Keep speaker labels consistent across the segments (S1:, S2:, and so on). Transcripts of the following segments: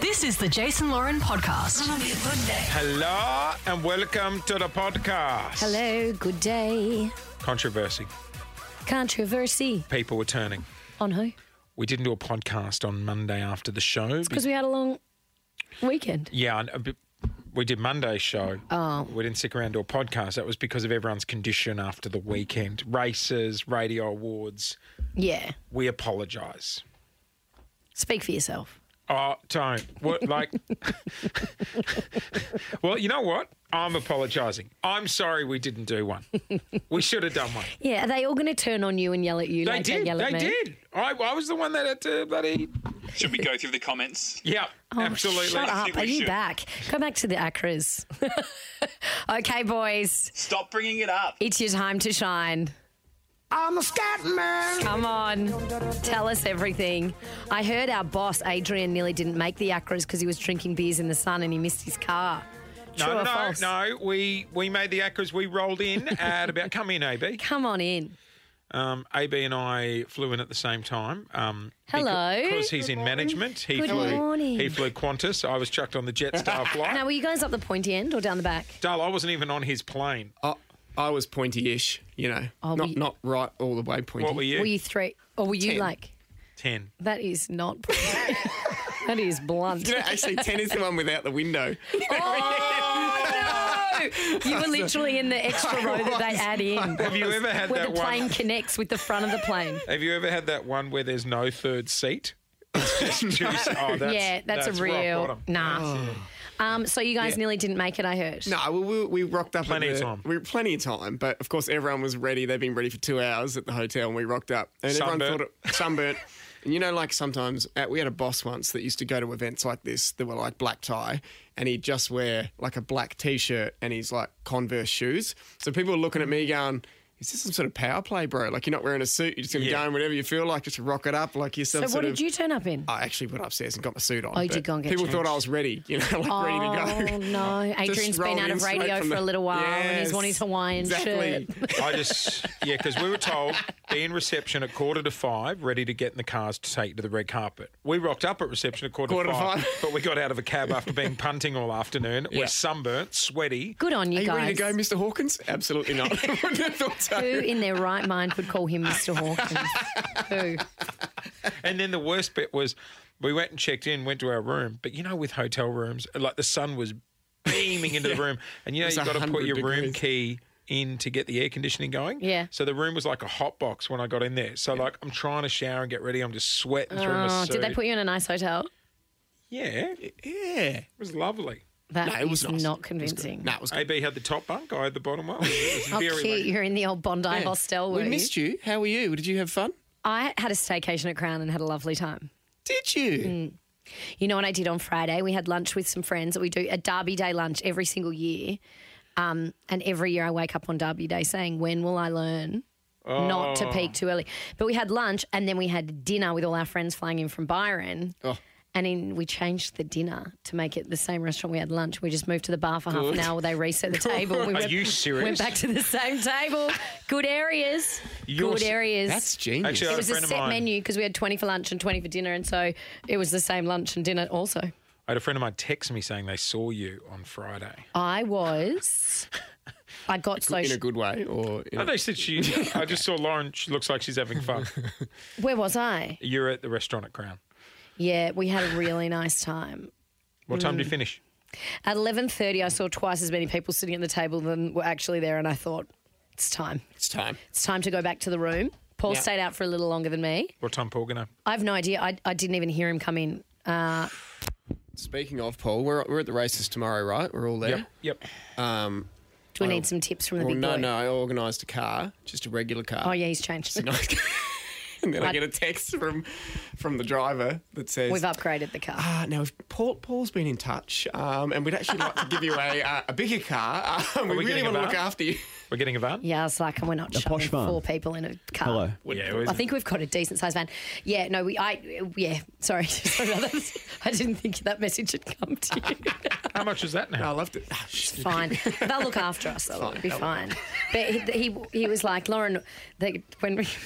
S1: This is the Jason Lauren podcast.
S2: Hello and welcome to the podcast.
S3: Hello, good day.
S2: Controversy.
S3: Controversy
S2: People were turning.
S3: on who?
S2: We didn't do a podcast on Monday after the show.
S3: Because we had a long weekend.
S2: yeah, and a bit- we did Monday's show. Oh. We didn't stick around to a podcast. That was because of everyone's condition after the weekend. Races, radio awards.
S3: Yeah.
S2: We apologise.
S3: Speak for yourself.
S2: Oh, don't. What, like, well, you know what? I'm apologising. I'm sorry we didn't do one. We should have done one.
S3: Yeah, are they all going to turn on you and yell at you
S2: They
S3: like
S2: did.
S3: they yell at
S2: They
S3: me?
S2: did. I, I was the one that had to bloody.
S4: Should we go through the comments?
S2: Yeah, absolutely.
S3: Oh, Shut
S4: I
S3: up.
S4: think
S3: Are
S4: we
S3: you
S4: should.
S3: back? Go back to the Acras. okay, boys.
S4: Stop bringing it up.
S3: It's your time to shine. I'm a scat man. Come on. Tell us everything. I heard our boss, Adrian, nearly didn't make the Acras because he was drinking beers in the sun and he missed his car. True
S2: No,
S3: or
S2: no,
S3: false?
S2: no. We we made the Acras. We rolled in at about. Come in, AB.
S3: Come on in.
S2: Um, AB and I flew in at the same time. Um,
S3: Hello.
S2: Because he's in management. He
S3: Good
S2: flew.
S3: morning.
S2: He flew Qantas. I was chucked on the Jetstar
S3: Now,
S2: flight.
S3: were you guys up the pointy end or down the back?
S2: Dale, I wasn't even on his plane.
S5: I, I was pointy-ish, you know,
S3: Oh,
S5: not
S3: were you-
S5: not right all the way pointy.
S2: What were you?
S3: Were you three? Or were you
S5: Ten.
S3: like,
S2: Ten.
S3: that is not pointy. that is blunt.
S5: You know, actually, ten is the one without the window.
S3: Oh, no! You were literally in the extra row that they add in.
S2: Have you ever had
S3: Where
S2: that
S3: the plane
S2: one?
S3: connects with the front of the plane.
S2: Have you ever had that one where there's no third seat? It's just two- oh, that's,
S3: yeah, that's, a
S2: rock
S3: real.
S2: bottom.
S3: Nah. Um, so you guys nearly didn't make it, I heard.
S5: No, we, we, we rocked up.
S2: Plenty
S5: at
S2: of
S5: the,
S2: time.
S5: We plenty of time, but of course everyone was ready. They'd been ready for two hours at the hotel, and we rocked up. And everyone
S2: Sunburnt.
S5: thought it sunburnt. and you know, like sometimes uh, we had a boss once that used to go to events like this that were like black tie, and he'd just wear like a black t-shirt and he's like Converse shoes. So people were looking at me going. Is this some sort of power play, bro? Like you're not wearing a suit, you're just gonna
S2: Yeah.
S5: go in whatever you feel like, just rock it up like you're
S3: So
S5: some
S3: what
S5: sort
S3: did
S5: of Uh,
S3: you turn up in?
S5: I actually went upstairs and got my suit on.
S3: Oh, you
S5: but
S3: did go and get
S5: People thought
S3: changed.
S5: I was ready, you know, like ready
S3: Oh
S5: to go.
S3: no, Adrian's been
S5: rolled
S3: out
S5: in
S3: of
S5: straight
S3: radio
S5: from
S3: for a
S5: the-
S3: little while, and he's
S5: Yes,
S3: on his Hawaiian
S5: exactly.
S3: shirt.
S2: I just, yeah, because we were told be in reception at quarter to five, ready to get in the cars to take to the red carpet. We rocked up at reception at quarter,
S5: Quarter
S2: to
S5: to
S2: five,
S5: five.
S2: but we got out of a cab after being punting all afternoon.
S5: Yeah.
S2: We're sunburnt, sweaty.
S3: Good on you
S5: Are you
S3: guys.
S5: ready to go, Mr. Hawkins? Absolutely not. Wouldn't have thought so.
S3: Who in their right mind would call him Mr. Hawkins? Who?
S2: And then the worst bit was we went and checked in, went to our room, but you know, with hotel rooms, like the sun was beaming into the room, and you know,
S5: It was
S2: you've got to put
S5: 100
S2: your room key.
S5: degrees.
S2: In to get the air conditioning going.
S3: Yeah.
S2: So the room was like a hot box when I got in there. So like I'm trying to shower and get ready. I'm just sweating through my
S3: Oh,
S2: suit.
S3: did they put you in a nice hotel?
S2: Yeah. It
S5: Yeah.
S2: was lovely.
S3: That
S5: No, it was
S3: is
S5: nice.
S3: not convincing.
S5: No, it was good.
S2: AB had the top bunk, I had the bottom one. It was
S3: How
S2: very
S3: Oh, cute!
S2: lucky.
S3: You're in the old Bondi hostel.
S5: We
S3: were you?
S5: missed you. How were you? Did you have fun?
S3: I had a staycation at Crown and had a lovely time.
S5: Did you?
S3: Mm, You know what I did on Friday? We had lunch with some friends that we do a Derby Day lunch every single year. Um, and every year I wake up on Derby Day saying, When will I learn not to peak too early? But we had lunch and then we had dinner with all our friends flying in from Byron.
S5: Oh.
S3: And in, we changed the dinner to make it the same restaurant we had lunch. We just moved to the bar for half an hour. They reset the table. We
S2: Are
S3: went,
S2: you serious?
S3: went back to the same table. Good areas.
S2: You're
S3: Good
S2: s-
S3: areas.
S5: That's genius.
S2: Actually, I-
S3: it was a
S2: friend of
S3: set
S2: mine-
S3: menu because we had 20 for lunch and 20 for dinner. And so it was the same lunch and dinner also.
S2: I had a friend of mine text me saying they saw you on Friday.
S3: I was. I got so.
S5: in a good way, or in
S2: No,
S5: a,
S2: Oh, they said she. I just saw Lauren. She looks like she's having fun.
S3: Where was I?
S2: You're at the restaurant at Crown.
S3: Yeah, we had a really nice time.
S2: What time
S3: Mm.
S2: did you finish?
S3: At eleven thirty, I saw twice as many people sitting at the table than were actually there, and I thought it's time.
S5: it's time.
S3: It's time to go back to the room. Paul
S5: Yeah.
S3: stayed out for a little longer than me.
S2: What time Paul gonna?
S3: I have no idea. I, I didn't even hear him come in. Uh,
S5: Speaking of Paul, we're, we're at the races tomorrow, right? We're all there.
S2: Yep. Yep.
S5: Um,
S3: do we need some tips from the
S5: well,
S3: big
S5: no,
S3: boy?
S5: no, I organised a car, just a regular car.
S3: Oh yeah, he's changed.
S5: and then
S3: I-
S5: I get a text from from the driver that says,
S3: We've upgraded the car.
S5: Uh, now, if Paul, Paul's been in touch, um, and we'd actually like to give you a, uh, a bigger car. Um,
S2: we
S5: we, really
S2: getting a
S5: want to look
S2: van?
S5: after you.
S2: We're getting a van.
S3: Yeah, it's like, and we're not shoving
S6: posh van.
S3: four people in a car.
S6: Hello.
S2: Yeah, it was-
S3: I think we've got a decent sized van. Yeah, no, we, I, yeah, sorry. sorry about that. I didn't think that message had come to you.
S2: How much is that
S5: I
S2: now?
S5: loved it. Ah,
S3: fine. They'll look after us. They'll be fine. But he, he, he was like, Lauren, they, when we,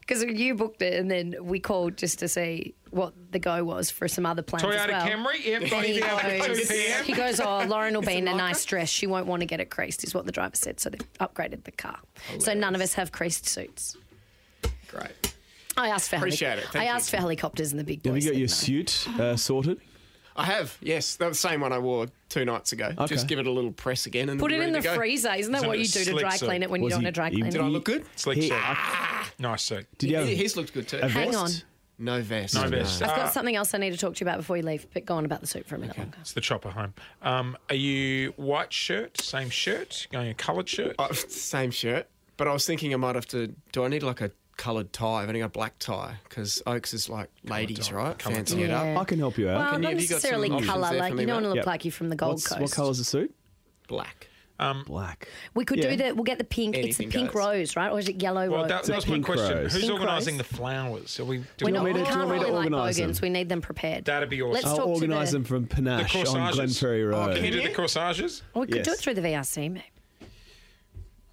S3: Because you booked it, and then we called just to see what the go was for some other plans as
S2: Toyota
S3: well.
S2: Camry, yep, got
S3: And he
S2: it out at 2
S3: goes,
S2: p.m.
S3: he goes, oh, Lauren will be in a nice dress. She won't want to get it creased, is what the driver said. So they've upgraded the car. So none of us have creased suits.
S5: Great.
S3: I asked for
S5: Appreciate
S3: helic-
S5: it. Thank
S3: I
S5: you.
S3: asked for helicopters and the big boys.
S6: Have you got
S3: said
S6: your
S3: no.
S6: suit uh, sorted?
S5: I have, yes. That was the same one I wore two nights ago.
S6: Okay.
S5: Just give it a little press again and
S3: Put
S5: then
S3: it in the
S5: ready to go.
S3: freezer. Isn't that
S2: Isn't
S3: what
S2: it
S3: you do to
S2: slick
S3: dry
S2: suit?
S3: clean it when you
S6: Was
S3: don't
S6: he-
S3: want to dry
S6: he-
S3: clean
S5: Did I
S3: it?
S5: look good?
S2: Slick
S6: He-
S2: suit. Nice suit.
S6: Did you have
S5: He- His looked good too.
S6: a vest?
S3: Hang on.
S5: No vest.
S2: No vest.
S3: I've
S2: Uh,
S3: got something else I need to talk to you about before you leave, but go on about the suit for a minute longer.
S2: It's the chopper home. Um, are you white shirt, same shirt, going a coloured shirt?
S5: Uh, same shirt, but I was thinking I might have to. Do I need like a coloured tie? I've only got a black tie because Oaks is like ladies, right? Fancy it
S3: Yeah.
S5: up.
S6: I can help you out.
S3: Well,
S5: Can you-
S3: Uh, not
S5: have you got
S3: necessarily
S5: some options
S3: colour.
S5: there for
S3: Like,
S5: me,
S3: you don't want to
S5: mate?
S3: look
S6: Yep.
S3: like you from the Gold
S6: What's-
S3: Coast.
S6: What colour's the suit?
S5: Black.
S6: Black.
S3: We could
S6: Yeah.
S3: do the. We'll get the pink.
S5: Anything
S3: it's the pink
S5: goes.
S3: rose, right? Or is it yellow
S2: well,
S3: rose?
S2: that, that was my
S6: Pink
S2: question.
S6: rose.
S2: Who's
S3: Pink
S2: organising the
S3: rose.
S2: flowers? Are we? Do
S3: We're
S2: we
S3: not, we
S6: me to- do you
S3: can't
S6: want me to
S3: really like
S6: organise them?
S3: bogans. We need them prepared.
S2: That'd be awesome.
S3: Let's
S2: I'll
S3: talk
S6: I'll organise
S3: to the,
S6: them from
S2: the
S6: Panache on
S2: corsages?
S6: Glenferrie Road.
S2: Can you do the corsages?
S3: We could do it
S6: Yes.
S3: through the VRC, maybe.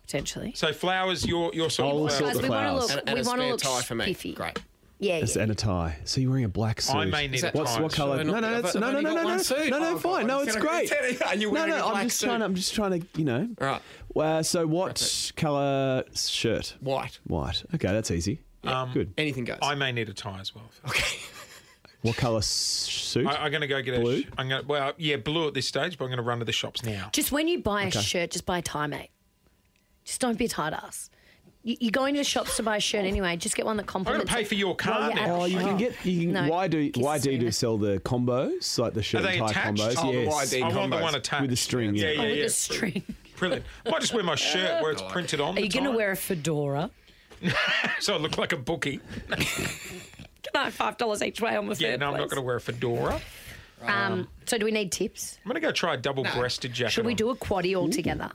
S3: Potentially.
S2: So flowers, your your sort
S6: I'll
S2: of
S6: sort
S2: flowers.
S3: Guys, we want to
S6: the flowers.
S3: look.
S5: And, and
S3: we
S5: a
S3: want to
S5: spare
S3: look
S5: tie for me.
S3: spiffy.
S5: Great.
S3: Yeah.
S6: It's-
S3: yeah.
S6: and a tie. So you're wearing a black suit.
S2: may need a
S6: What's,
S2: tie,
S6: What colour?
S5: so-
S6: No, no,
S5: I've-
S6: that's,
S5: I've
S6: no, no,
S5: only
S6: no,
S5: got
S6: no,
S5: one
S6: no,
S5: suit.
S6: no, no,
S5: Oh, God,
S6: fine. No,
S5: I'm
S6: it's
S5: gonna
S6: great.
S5: pretend- Are you
S6: No,
S5: wearing a
S6: no,
S5: black
S6: I'm just
S5: suit?
S6: trying. I'm just trying to, you know.
S5: All right.
S6: Uh, so what colour shirt?
S5: White. Um,
S6: White. Okay, that's easy. Good.
S5: Anything goes.
S2: I may need a tie as well.
S5: okay.
S6: What colour s- suit?
S2: I, I'm going to go get a.
S6: Blue?
S2: sh- I'm going. to Well, yeah, blue at this stage, but I'm going to run to the shops now.
S3: Just when you buy a shirt, just buy a tie, mate. Just don't be a tight ass. You, you're going to the shops to buy a shirt anyway. Just get one that
S2: I'm going
S3: complements.
S2: to pay
S3: it.
S2: for your car
S3: Well, yeah,
S2: now.
S6: Oh, you can get. You can,
S3: No,
S6: YD,
S3: kiss
S6: YD do
S3: me.
S6: sell the combos, like the shirt
S2: Are they
S6: and tie
S2: attached?
S6: combos.
S5: Oh, the
S6: yes.
S5: YD.
S2: I want the
S5: Combos.
S2: one attached
S6: With the string, yeah.
S2: yeah,
S3: Oh,
S2: yeah.
S3: with
S2: yeah.
S3: a string.
S2: Brilliant. Might just wear my shirt where it's printed on.
S3: Are
S2: the
S3: you going to
S2: tie,
S3: wear a fedora?
S2: So I look like a bookie.
S3: Can I have five dollars each way on the
S2: Yeah, no, I'm not going to wear a fedora.
S3: to. Um, so do we need tips?
S2: I'm going to go try a double-breasted jacket.
S3: Should we
S2: on.
S3: do a quaddy all together?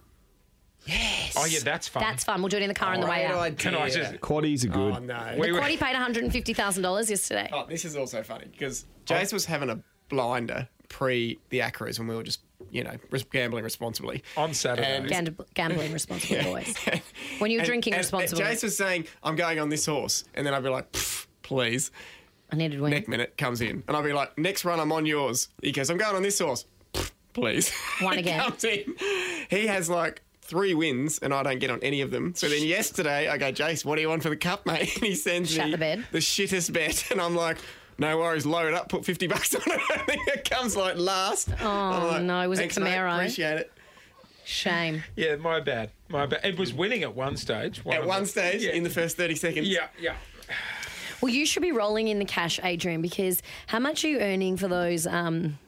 S2: Oh yeah, that's fun.
S3: That's fun. We'll do it in the car on the way
S5: Great
S3: out.
S5: idea.
S2: Can I just?
S6: Quaddies are good.
S5: Oh, no.
S2: We were-
S3: Quaddy paid one hundred and fifty thousand dollars yesterday.
S5: Oh, this is also funny because
S2: Oh.
S5: Jace was having a blinder pre the Acros when we were just, you know, res- gambling responsibly.
S2: On Saturday.
S5: And-
S3: Gand- gambling responsible boys. When you're
S5: and-
S3: drinking
S5: and
S3: responsibly,
S5: Jace was saying, I'm going on this horse. And then I'd be like, "Pff, please.
S3: I needed win.
S5: Neck minute comes in. And I'll be like, next run, I'm on yours. He goes, I'm going on this horse. "Pff, Please.
S3: One
S5: He
S3: again.
S5: comes in. He has like three wins and I don't get on any of them. So then yesterday I go, Jace, what do you want for the cup, mate? And he sends
S3: Shut
S5: me
S3: the bed.
S5: the shittest bet. And I'm like, no worries, load it up, put 50 bucks on it. And it comes like last. Oh,
S3: no, was it Camaro?"
S5: Appreciate it.
S3: Shame.
S2: Yeah, my bad. My bad. It was winning at one stage.
S5: At
S2: of
S5: one
S2: the-
S5: stage,
S2: Yeah.
S5: in the first 30 seconds.
S2: yeah, yeah.
S3: Well, you should be rolling in the cash, Adrian, because how much are you earning for those um,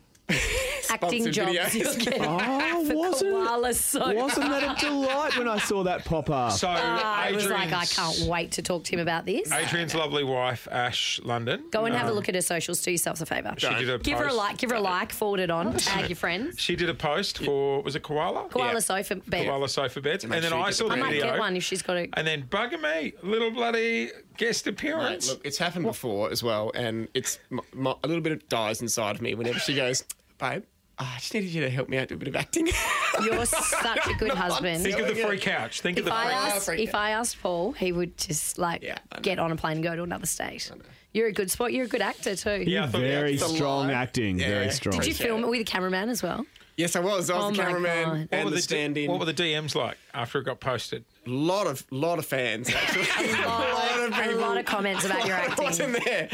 S3: acting
S5: Sponsored
S3: jobs?
S5: videos.
S3: Just get
S6: Oh,
S3: for
S6: wasn't,
S3: koala soap.
S6: wasn't that a delight when I saw that pop up?
S2: So
S3: I
S2: Adrian's,
S3: Ah, was like, I can't wait to talk to him about this.
S2: Adrian's lovely wife, Ash London.
S3: Go and have a look at her socials. Do yourselves a favour.
S2: She did a
S3: Give her a
S2: post.
S3: like. Give her a like. Forward it on. Tag your friends.
S2: She did a post for was it koala?
S3: Koala sofa bed.
S2: Koala sofa beds, and then
S5: sure you
S2: I
S5: get
S2: saw
S5: the
S2: the
S3: I might
S2: video.
S3: get one if she's got a.
S2: And then bugger me, little bloody guest appearance.
S5: Look, it's happened before as well, and it's m my, a little bit of dies inside of me whenever she goes, babe. I just needed you to help me out do a bit of acting.
S3: You're such a good husband.
S2: Think of the free couch. Think of
S3: If
S2: the
S3: I
S2: free.
S3: asked,
S5: freak
S3: if I asked Paul, he would just like
S5: Yeah, I know.
S3: get on a plane and go to another state. You're a good sport. You're a good actor too.
S2: Yeah, I thought
S6: very
S2: yeah,
S6: strong acting. Very
S5: Yeah.
S6: strong.
S3: Did you film it with a cameraman as well?
S5: yes, I was. I was
S3: Oh
S5: the
S3: my
S5: cameraman
S3: God.
S5: and the,
S2: d-
S5: stand-in.
S2: What were the DMs like after it got posted?
S5: lot of lot of fans actually. a lot of
S3: a
S5: people.
S3: lot of comments about your
S5: I wasn't
S3: acting.
S5: there.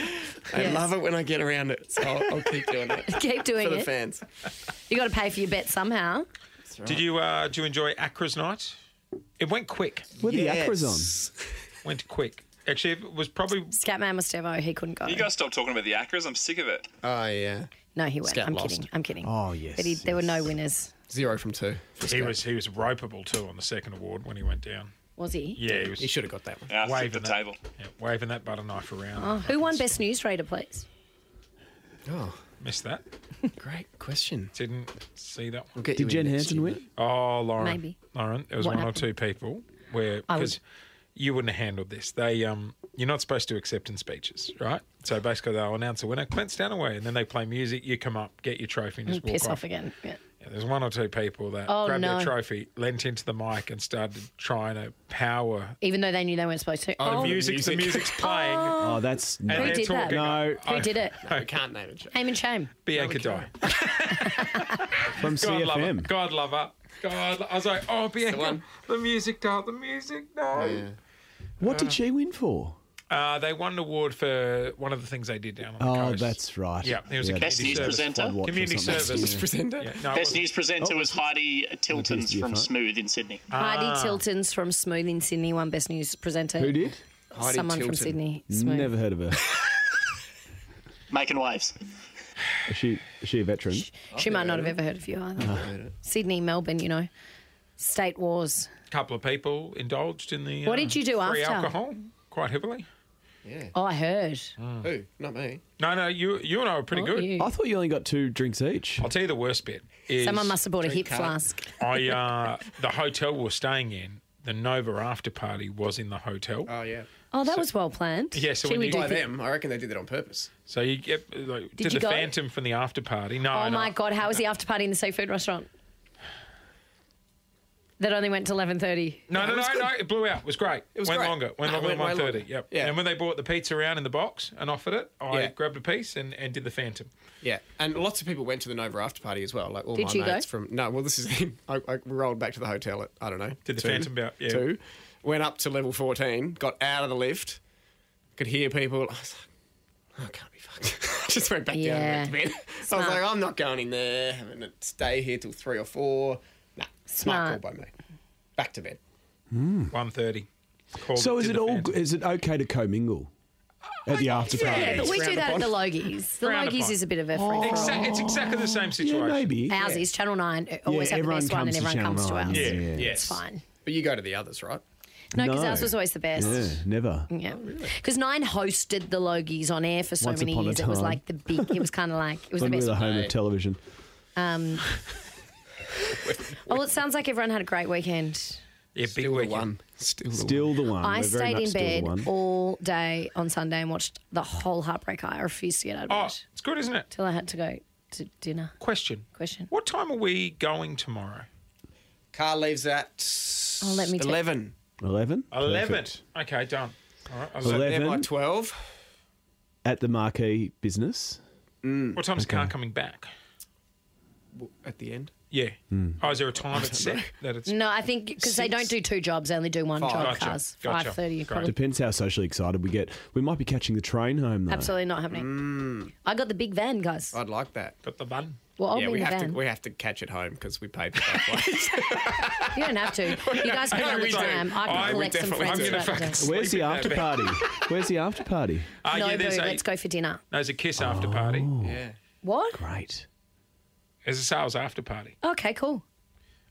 S5: I
S3: Yes.
S5: love it when I get around it, so I'll, I'll keep doing it
S3: Keep
S5: for
S3: doing
S5: the
S3: it.
S5: fans.
S3: You got to pay for your bet somehow.
S2: Did you uh, do you enjoy Acra's night? It went quick.
S6: Were the acras on?
S5: Yes.
S2: Went quick. Actually, it was probably
S3: Scatman was Stevo. He couldn't go.
S4: You guys stop talking about the Acras. I'm sick of it.
S5: Oh yeah,
S3: no, he went.
S5: Scat
S3: I'm
S5: lost.
S3: kidding. I'm kidding.
S6: Oh, yes,
S3: But he, there were no winners.
S5: zero from two.
S2: he was he was ropeable too on the second award when he went down.
S3: Was he?
S2: Yeah, he was
S5: He should have got that one.
S4: Yeah, I flipped the
S2: waving that,
S4: table.
S2: yeah, waving that butter knife around.
S3: Who won Best Newsreader, please?
S5: Oh,
S2: Missed that.
S5: great question.
S2: Didn't see that one.
S5: We'll get
S6: Did
S5: you
S6: Jen
S5: in next
S6: Hansen
S5: year,
S6: win?
S2: Oh, Lauren.
S3: Maybe.
S2: Lauren, it was
S3: What
S2: one or
S3: happened?
S2: two people where because you wouldn't have handled this. They um, you're not supposed to do acceptance speeches, right? So basically, they'll announce a winner, Clint Stanaway, and then they play music. You come up, get your trophy, and just walk
S3: Piss
S2: off.
S3: off again. Yeah.
S2: Yeah, There's one or two people that
S3: Oh,
S2: grabbed
S3: no.
S2: their trophy, leant into the mic, and started trying to power.
S3: even though they knew they weren't supposed to.
S2: The
S5: Oh,
S3: Oh,
S5: you-
S2: music's the
S5: music.
S2: music's playing,
S6: Oh, that's
S2: and
S3: Who
S2: they're
S3: did that?
S2: talking.
S6: No.
S2: I-
S3: Oh,
S5: oh.
S3: who did it?
S5: I can't name it.
S3: Shame and shame.
S2: Bianca Di.
S6: from
S2: Oh, God love her.
S6: CFM.
S2: God uh, love her. God, I was like, oh Bianca,
S5: one. Oh,
S2: the, music died. The music died.
S6: What did she win for?
S2: Uh, they won an award for one of the things they did down on the
S6: Oh,
S2: coast.
S6: that's right.
S2: Yeah, he was a
S4: Best
S2: community
S4: news
S2: service.
S4: presenter.
S6: Watch or
S2: Community
S6: something.
S2: service.
S5: Presenter.
S2: Yeah, no, it
S4: Best
S2: wasn't.
S4: news presenter was Heidi Tiltons
S6: PSDFR.
S4: from Smooth in Sydney.
S5: Ah.
S3: Heidi Tilton's from Smooth in Sydney won Best News Presenter.
S6: Who did?
S5: Heidi
S3: Someone from
S5: Tilton.
S3: Sydney. Smooth.
S6: Never heard of her.
S4: Making waves.
S6: Is she is she a veteran?
S3: She might not have ever heard of you either. Sydney, Melbourne, you know. State wars.
S2: couple of people indulged in the.
S3: What
S2: uh,
S3: did you do
S2: free
S3: after?
S2: alcohol quite heavily.
S3: Oh, I heard.
S5: Who? Not me.
S2: No, no, you you and I were pretty
S3: Oh,
S2: good.
S3: you.
S6: I thought you only got two drinks each.
S2: I'll tell you the worst bit is
S3: Someone must have bought a hip
S5: card.
S3: flask.
S2: I uh, the hotel we were staying in. The Nova after party was in the hotel.
S5: Oh yeah.
S3: Oh, that was well planned.
S2: Yeah, so
S3: Gee,
S2: when
S3: we
S2: you-
S3: do
S5: By
S3: thi-
S5: them, I reckon they did that on purpose.
S2: so you get like, did,
S3: you
S2: the
S3: go?
S2: Phantom from the after party? No,
S3: Oh
S2: no.
S3: my god, how was the after party in the seafood restaurant? That only went to eleven thirty.
S2: No, no, no,
S5: was
S2: no, It blew out. It was great. It
S5: was
S2: went
S5: great.
S2: longer. Went
S5: No, it
S2: longer than
S5: went
S2: one
S5: way
S2: thirty.
S5: longer.
S2: Yep.
S5: Yeah.
S2: And when they brought the pizza around in the box and offered it, I
S5: Yeah.
S2: grabbed a piece and, and did the Phantom.
S5: Yeah, and lots of people went to the Nova after party as well. Like all
S3: Did
S5: my
S3: you go?
S5: mates from no. Well, this is I, I rolled back to the hotel at I don't know.
S2: Did the Phantom bout, yeah.
S5: Two, went up to level fourteen, got out of the lift, could hear people. I was like, "Oh, I can't be fucked. Just went back down and went to
S3: Yeah.
S5: bed. So I was like, I'm not going in there, having to stay here till three or four. Nah, smart,
S3: Smart.
S5: call by me. Back to bed.
S2: One thirty.
S6: So is it all is it okay to commingle at the after party?
S3: Yeah, but we
S5: round
S3: do that at
S5: upon.
S3: the Logies. The
S2: Round
S3: Logies
S2: upon.
S3: is a bit of a free for all.
S2: Exactly, it's exactly the same situation.
S6: Yeah, maybe.
S3: Ours is Channel Nine always
S6: Yeah,
S3: have the
S6: everyone
S3: best one,
S6: comes
S3: and
S6: to
S3: everyone
S6: Channel
S3: comes to
S6: 9,
S3: ours.
S2: Yeah,
S6: Yeah.
S2: yes.
S3: It's fine.
S5: But you go to the others, right?
S3: No, because
S6: No.
S3: ours was always the best.
S6: Yeah, never.
S3: Yeah, because Nine hosted the Logies on air for so
S6: Once
S3: many
S6: upon a
S3: years. It was
S6: time.
S3: like the big. It was kind of like it was the
S6: When we were
S3: best.
S6: the
S3: one.
S6: home of television.
S3: Oh, well, it sounds like everyone had a great weekend.
S2: Yeah, big
S5: Still the
S2: weekend.
S5: one. Still the one.
S6: Still the one.
S3: I
S6: We're very
S3: stayed
S6: much
S3: in
S6: still the
S3: bed
S6: one.
S3: all day on Sunday and watched the whole Heartbreak High. I refused to get out of
S2: Oh,
S3: bed
S2: it's good, isn't it?
S3: till I had to go to dinner.
S2: Question.
S3: Question.
S2: What time are we going tomorrow?
S5: Car leaves at
S3: Oh, let me take-
S5: eleven.
S6: 11?
S2: Eleven.
S6: Perfect.
S2: Okay, done. All right. 11.
S5: There by
S6: 11
S5: twelve.
S6: at the Marquee Business.
S2: What time's the car coming back?
S5: At the end.
S2: Yeah.
S6: Hmm.
S2: Oh, is there a time it's set that it's?
S3: No, I think because they don't do two jobs; they only do one job.
S2: Gotcha,
S3: Cars
S2: gotcha.
S3: five thirty.
S2: Great.
S3: Probably.
S6: Depends how socially excited we get. We might be catching the train home, though.
S3: Absolutely not happening. I got the big van, guys.
S5: I'd like that.
S2: Got the bun.
S3: Well, I'll
S5: Uh, yeah,
S3: be
S5: we
S3: in the
S5: have
S3: van.
S5: to we have to catch it home because we paid for that place.
S3: You don't have to. You guys can have
S2: we
S3: the
S2: do.
S3: time. I
S2: I
S3: can
S2: would
S3: collect some
S2: definitely-
S3: friends
S2: I'm gonna
S3: throughout the
S2: fucking
S3: day.
S6: Where's the
S2: Sleeping
S6: after
S2: there,
S6: party? Where's the after party?
S2: Uh,
S3: No,
S2: yeah,
S3: boo,
S2: there's a,
S3: let's go for dinner.
S2: There's a kiss after party.
S6: Oh.
S5: yeah.
S3: What?
S6: Great.
S2: There's a sales after party.
S3: Okay, cool.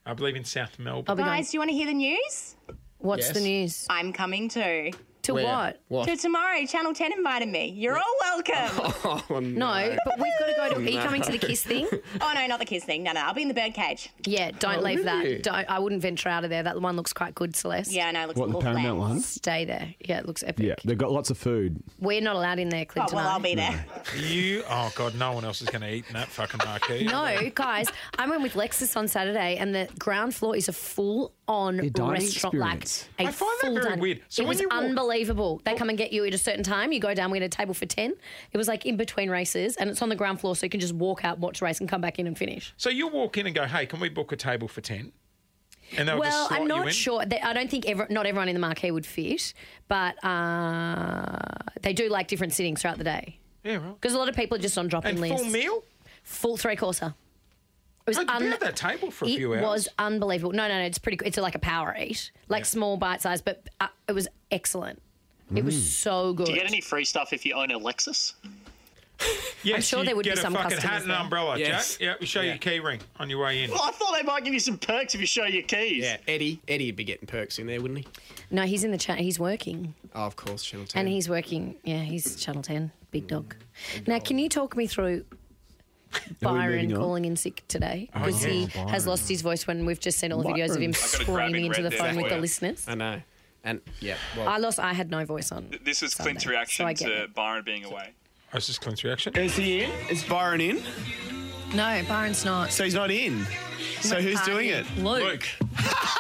S2: I believe in South
S3: I'll
S2: Melbourne.
S3: be going.
S7: Guys, do you want to hear the news?
S3: What's
S5: Yes.
S3: the
S2: Uh,
S3: news?
S7: I'm coming too.
S3: To what?
S7: To tomorrow, Channel 10 invited me. You're all welcome.
S3: No, but we've got to go to. Are you coming to the kiss thing?
S7: oh, no, not the kiss thing. No, no, I'll be in the birdcage.
S3: Yeah,
S2: Oh,
S3: don't leave that. Don't, I wouldn't venture out of there. That one looks quite good, Celeste.
S7: Yeah, no, it looks
S6: What, the
S7: awful.
S6: Paramount one?
S3: Stay there. Yeah, it looks epic.
S6: Yeah, they've got lots of food.
S3: We're not allowed in there,
S7: Oh,
S3: Clinton.
S7: well,
S3: are
S7: I'll
S3: we?
S7: be there.
S2: You, oh god, no one else is going to eat in that fucking marquee.
S3: No, guys, I went with Lexus on Saturday, and the ground floor is a full-on
S6: dining
S3: restaurant.
S6: experience.
S3: Like a
S2: I find that
S3: full
S2: very
S3: dining-
S2: weird. So
S3: it
S2: when
S3: was
S2: you walk- Oh.
S3: unbelievable. They come and get you at a certain time. You go down. We had a table for ten. It was like in between races, and it's on the ground floor, so you can just walk out, watch a race, and come back in and finish.
S2: So you walk in and go, "Hey, can we book a table for 10? And they'll
S3: well,
S2: just slot
S3: I'm
S2: you in.
S3: not sure. They- I don't think ever, not everyone in the marquee would fit, but uh, they do like different sittings throughout the day.
S2: Yeah, right.
S3: Because a lot of people are just on dropping
S2: And
S3: lists.
S2: full meal.
S3: Full three courser. It was
S2: Mate, you've been
S3: un-
S2: at that table for a
S3: it
S2: few hours.
S3: was unbelievable. No, no, no. It's pretty. It's like a power eat, like small bite size, but uh, it was excellent. It was so good.
S4: Do Mm. you get any free stuff if you own a Lexus?
S2: Yes, I'm
S3: sure there would be
S2: get
S3: some
S2: a fucking
S3: customers
S2: hat and
S3: there.
S2: umbrella,
S5: Yes.
S2: Jack. Yeah, we show you
S5: Yeah.
S2: your key ring on your way in.
S4: Well, I thought they might give you some perks if you show your keys.
S5: Yeah, Eddie. Eddie'd be getting perks in there, wouldn't he?
S3: No, he's in the chat. He's working,
S5: Oh, of course, Channel Ten.
S3: and he's working. Yeah, he's Channel Ten, big dog. Now, can you talk me through? Byron
S6: moving on? Oh,
S3: calling in sick today because he has lost his voice when we've just seen all the videos of him
S4: gotta grab
S3: screaming
S4: it
S3: into the
S4: right there
S3: phone with
S4: for
S3: the
S4: you.
S3: listeners.
S5: I know. And yeah, well,
S3: I lost. I had no voice on.
S4: This is Clint's
S3: Sunday,
S4: reaction
S3: so I get
S4: to
S3: it.
S4: Byron being away.
S2: That's just Clint's reaction.
S8: Is he in? Is Byron in?
S3: No, Byron's not.
S8: So he's not in. So who's doing it?
S3: Luke.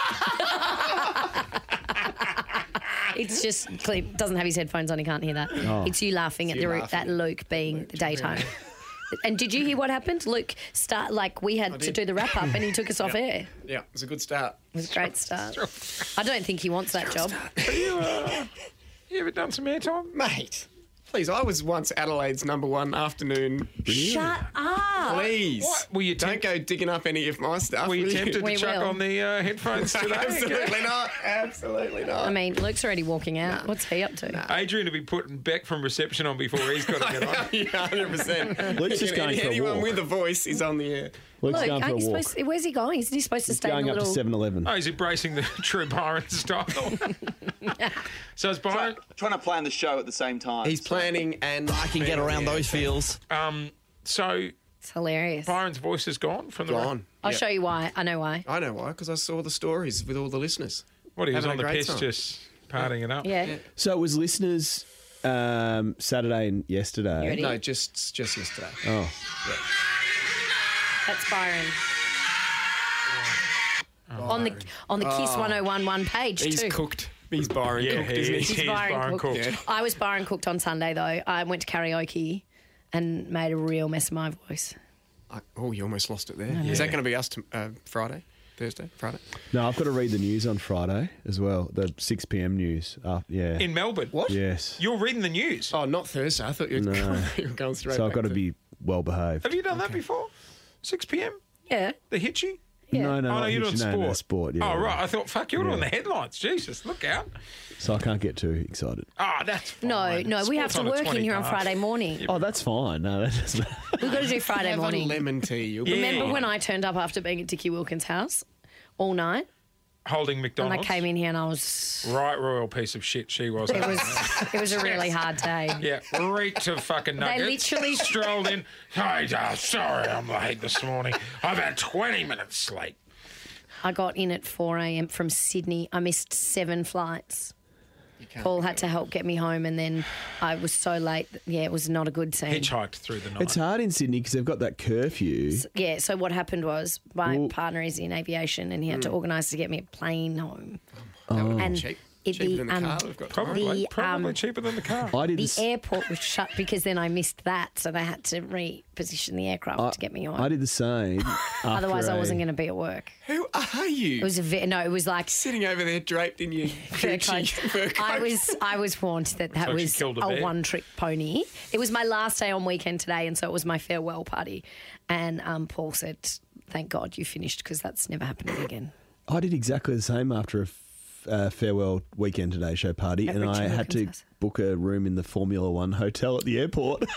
S3: It's just he doesn't have his headphones on. He can't hear that.
S6: Oh.
S3: It's you laughing at the root that Luke being the daytime. and did you hear what happened? Luke start like we had to do the wrap up, and he took us off air.
S5: Yeah, it's a good start.
S3: It was a great start. I don't think he wants that job.
S2: You ever done some airtime?
S5: Mate, please, I was once Adelaide's number one afternoon.
S3: Shut up.
S5: Please.
S2: What? Were you
S5: Don't
S2: temp-
S5: go digging up any of my stuff.
S2: Were you
S5: will
S2: tempted
S3: We
S2: to chuck
S3: will.
S2: on the uh, headphones today?
S5: Absolutely not. Absolutely
S3: I
S5: not.
S3: mean, Luke's already walking out. What's he up to?
S2: Adrian will be putting back from reception on before he's got to get on.
S5: Yeah, 100%.
S6: Luke's just going for a
S5: Anyone
S6: walk.
S5: with a voice is on the air.
S6: Luke's
S3: Luke,
S6: going for
S3: aren't
S6: a
S3: you
S6: walk.
S3: supposed to- where's he going? Isn't he supposed to stay in
S6: going
S3: a
S6: up to
S3: little?
S6: 7-Eleven.
S2: Oh, he's embracing the true Byron style. so it's Byron.
S9: Trying to plan the show at the same time.
S5: He's planning and
S8: I can get around those feels.
S2: So
S3: It's hilarious.
S2: Byron's voice is gone from the
S5: Gone.
S3: I'll show you why. I know why.
S5: I know why, because I saw the stories with all the listeners.
S2: What he was
S5: Having a
S2: on the
S5: great
S2: piss,
S5: time.
S2: just partying it up.
S3: Yeah.
S6: So it was listeners um, Saturday and yesterday.
S3: ready?
S5: No, just just yesterday.
S6: Oh,
S3: That's Byron. On the on the Kiss 1011 page
S5: He's
S3: too.
S5: cooked. He's Byron
S2: Yeah,
S5: cooked,
S2: he
S5: isn't
S2: is.
S5: he?
S2: He's Byron, Cook.
S3: I was Byron cooked on Sunday though. I went to karaoke and made a real mess of my voice.
S5: I- oh, you almost lost it there. Is that going to be us to, uh, Friday? Thursday? Friday?
S6: no, I've got to read the news on Friday as well. The six p.m. news. Uh, yeah.
S2: In Melbourne.
S5: What?
S6: yes.
S2: You're reading the news.
S5: Oh, not Thursday. I thought you were, you were going straight
S6: So I've
S5: back
S6: got to
S5: to-
S6: be well behaved.
S2: Have you done that before? 6 p.m.
S3: Yeah.
S2: The Hitchy.
S3: Yeah.
S6: No, no,
S2: oh
S6: not
S2: no, you're doing
S6: Hitch, no,
S2: sport.
S6: no, sport. Yeah.
S2: oh right, I thought fuck, you're doing the headlines. Jesus, look out.
S6: So I can't get too excited.
S2: Ah, that's
S3: No,
S2: fine.
S3: no, we have
S2: Sport's
S3: to
S2: on at
S3: work in here on
S2: 20 past.
S3: Friday morning.
S6: Oh, that's fine. No, that doesn't.
S3: We've got to do Friday
S5: Have a
S3: morning.
S5: lemon tea. You'll be
S2: Yeah.
S3: Remember when I turned up after being at Dickie Wilkins' house all night?
S2: Holding
S3: And I
S2: McDonald's.
S3: came in here and I was
S2: Right, royal piece of shit. She was.
S3: it was it was a really hard day.
S2: Yeah, reeked of fucking nuggets.
S3: literally-
S2: strolled in. Hey, uh, sorry, I'm late this morning. I've had 20 minutes late.
S3: I got in at 4 a.m. from Sydney. I missed seven flights. Paul had to help get me home, and then I was so late. that- Yeah, it was not a good scene.
S2: Hitchhiked through the night.
S6: It's hard in Sydney because they've got that curfew.
S3: Yeah, so what happened was my partner is in aviation, and he
S5: Mm.
S3: had to organise to get me a plane home.
S5: Oh.
S3: and
S5: cheap.
S3: it-
S5: cheaper than the
S3: um,
S5: car we've got.
S2: probably
S3: the,
S2: probably
S3: um,
S2: cheaper than the car.
S6: I did.
S3: The
S6: s-
S3: airport was shut because then I missed that, so they had to reposition the aircraft to get me home.
S6: I did the same.
S3: Otherwise, I wasn't going to be at work.
S5: Who are
S3: It
S5: you?
S3: was a ve- no. It was like
S5: Sitting over there draped in your
S3: fur
S5: Gucci
S3: coat.
S5: fur coat.
S3: I was I was warned that that
S2: like she
S3: was
S2: killed a
S3: a,
S2: bear.
S3: one trick pony. It was my last day on weekend today, and so it was my farewell party. And um, Paul said, "Thank God you finished because that's never happening again."
S6: I did exactly the same after a f- uh, farewell weekend today show party,
S3: At
S6: and
S3: Richard
S6: I had to
S3: Wilkins' house.
S6: book a room in the Formula One hotel at the airport.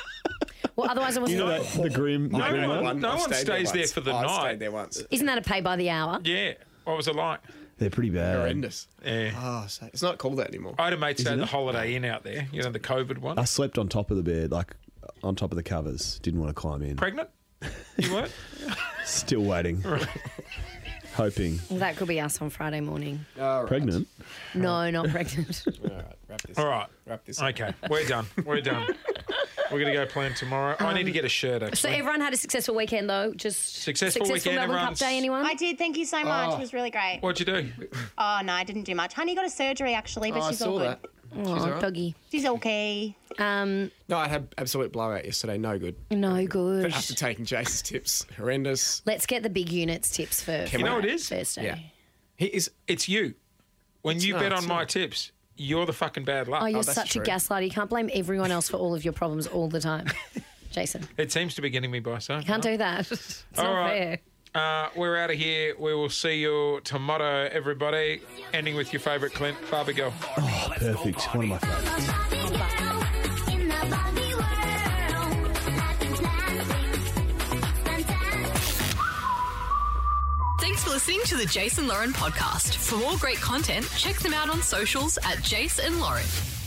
S3: Well, otherwise I wasn't.
S6: the grim, the
S2: Oh. No
S6: grim
S2: one-
S6: one.
S2: no
S5: I've
S2: one
S5: stayed there
S2: stays there
S5: once.
S2: for the
S5: I've
S2: night.
S5: stayed there once.
S3: Isn't that a pay by the hour?
S2: yeah. What was it like?
S6: They're pretty bad.
S5: Horrendous.
S2: Yeah.
S5: Oh, so it's not called that anymore.
S2: I had a mate stay at the Holiday Inn out there. You know the COVID one.
S6: I slept on top of the bed, like on top of the covers. Didn't want to climb in.
S2: Pregnant? You weren't?
S6: Still waiting, hoping.
S3: Well, that could be us on Friday morning.
S6: Pregnant.
S3: No, not pregnant.
S2: All right.
S5: Wrap this up.
S2: Okay. We're done. We're done. We're gonna go plan tomorrow. I need to get a shirt actually.
S3: so everyone had a successful weekend though. Just
S2: Successful weekend,
S3: Melbourne
S2: everyone's-
S3: Cup day. Anyone?
S7: I did. Thank you so
S5: Oh.
S7: much. It was really great.
S2: What'd you do?
S7: Oh no, I didn't do much. Honey got a surgery actually, but
S5: Oh, I
S7: she's
S5: saw
S7: all good.
S5: that.
S3: oh,
S5: alright.
S3: doggy.
S7: She's okay.
S3: Um,
S5: No, I had absolute blowout yesterday. No good.
S3: no good.
S5: After taking Jason's tips, horrendous.
S3: Let's get the big units tips for
S2: You know what it is?
S3: Thursday.
S5: Yeah. He is.
S2: It's you. When you
S5: no,
S2: bet on
S5: it's
S2: my
S5: not.
S2: tips, you're the fucking bad luck.
S3: Oh, you're
S5: that's
S3: such
S5: true.
S3: a gaslighter. You can't blame everyone else for all of your problems all the time. Jason,
S2: It seems to be getting me by so.
S3: can't do that. It's not
S2: right.
S3: fair.
S2: Uh, we're out of here. We will see you tomorrow, everybody. Ending with your favourite Clint Barbie girl.
S6: Perfect. One of my favorites.
S1: Thanks for listening to the Jason Lauren podcast. For more great content, check them out on socials at Jason Lauren.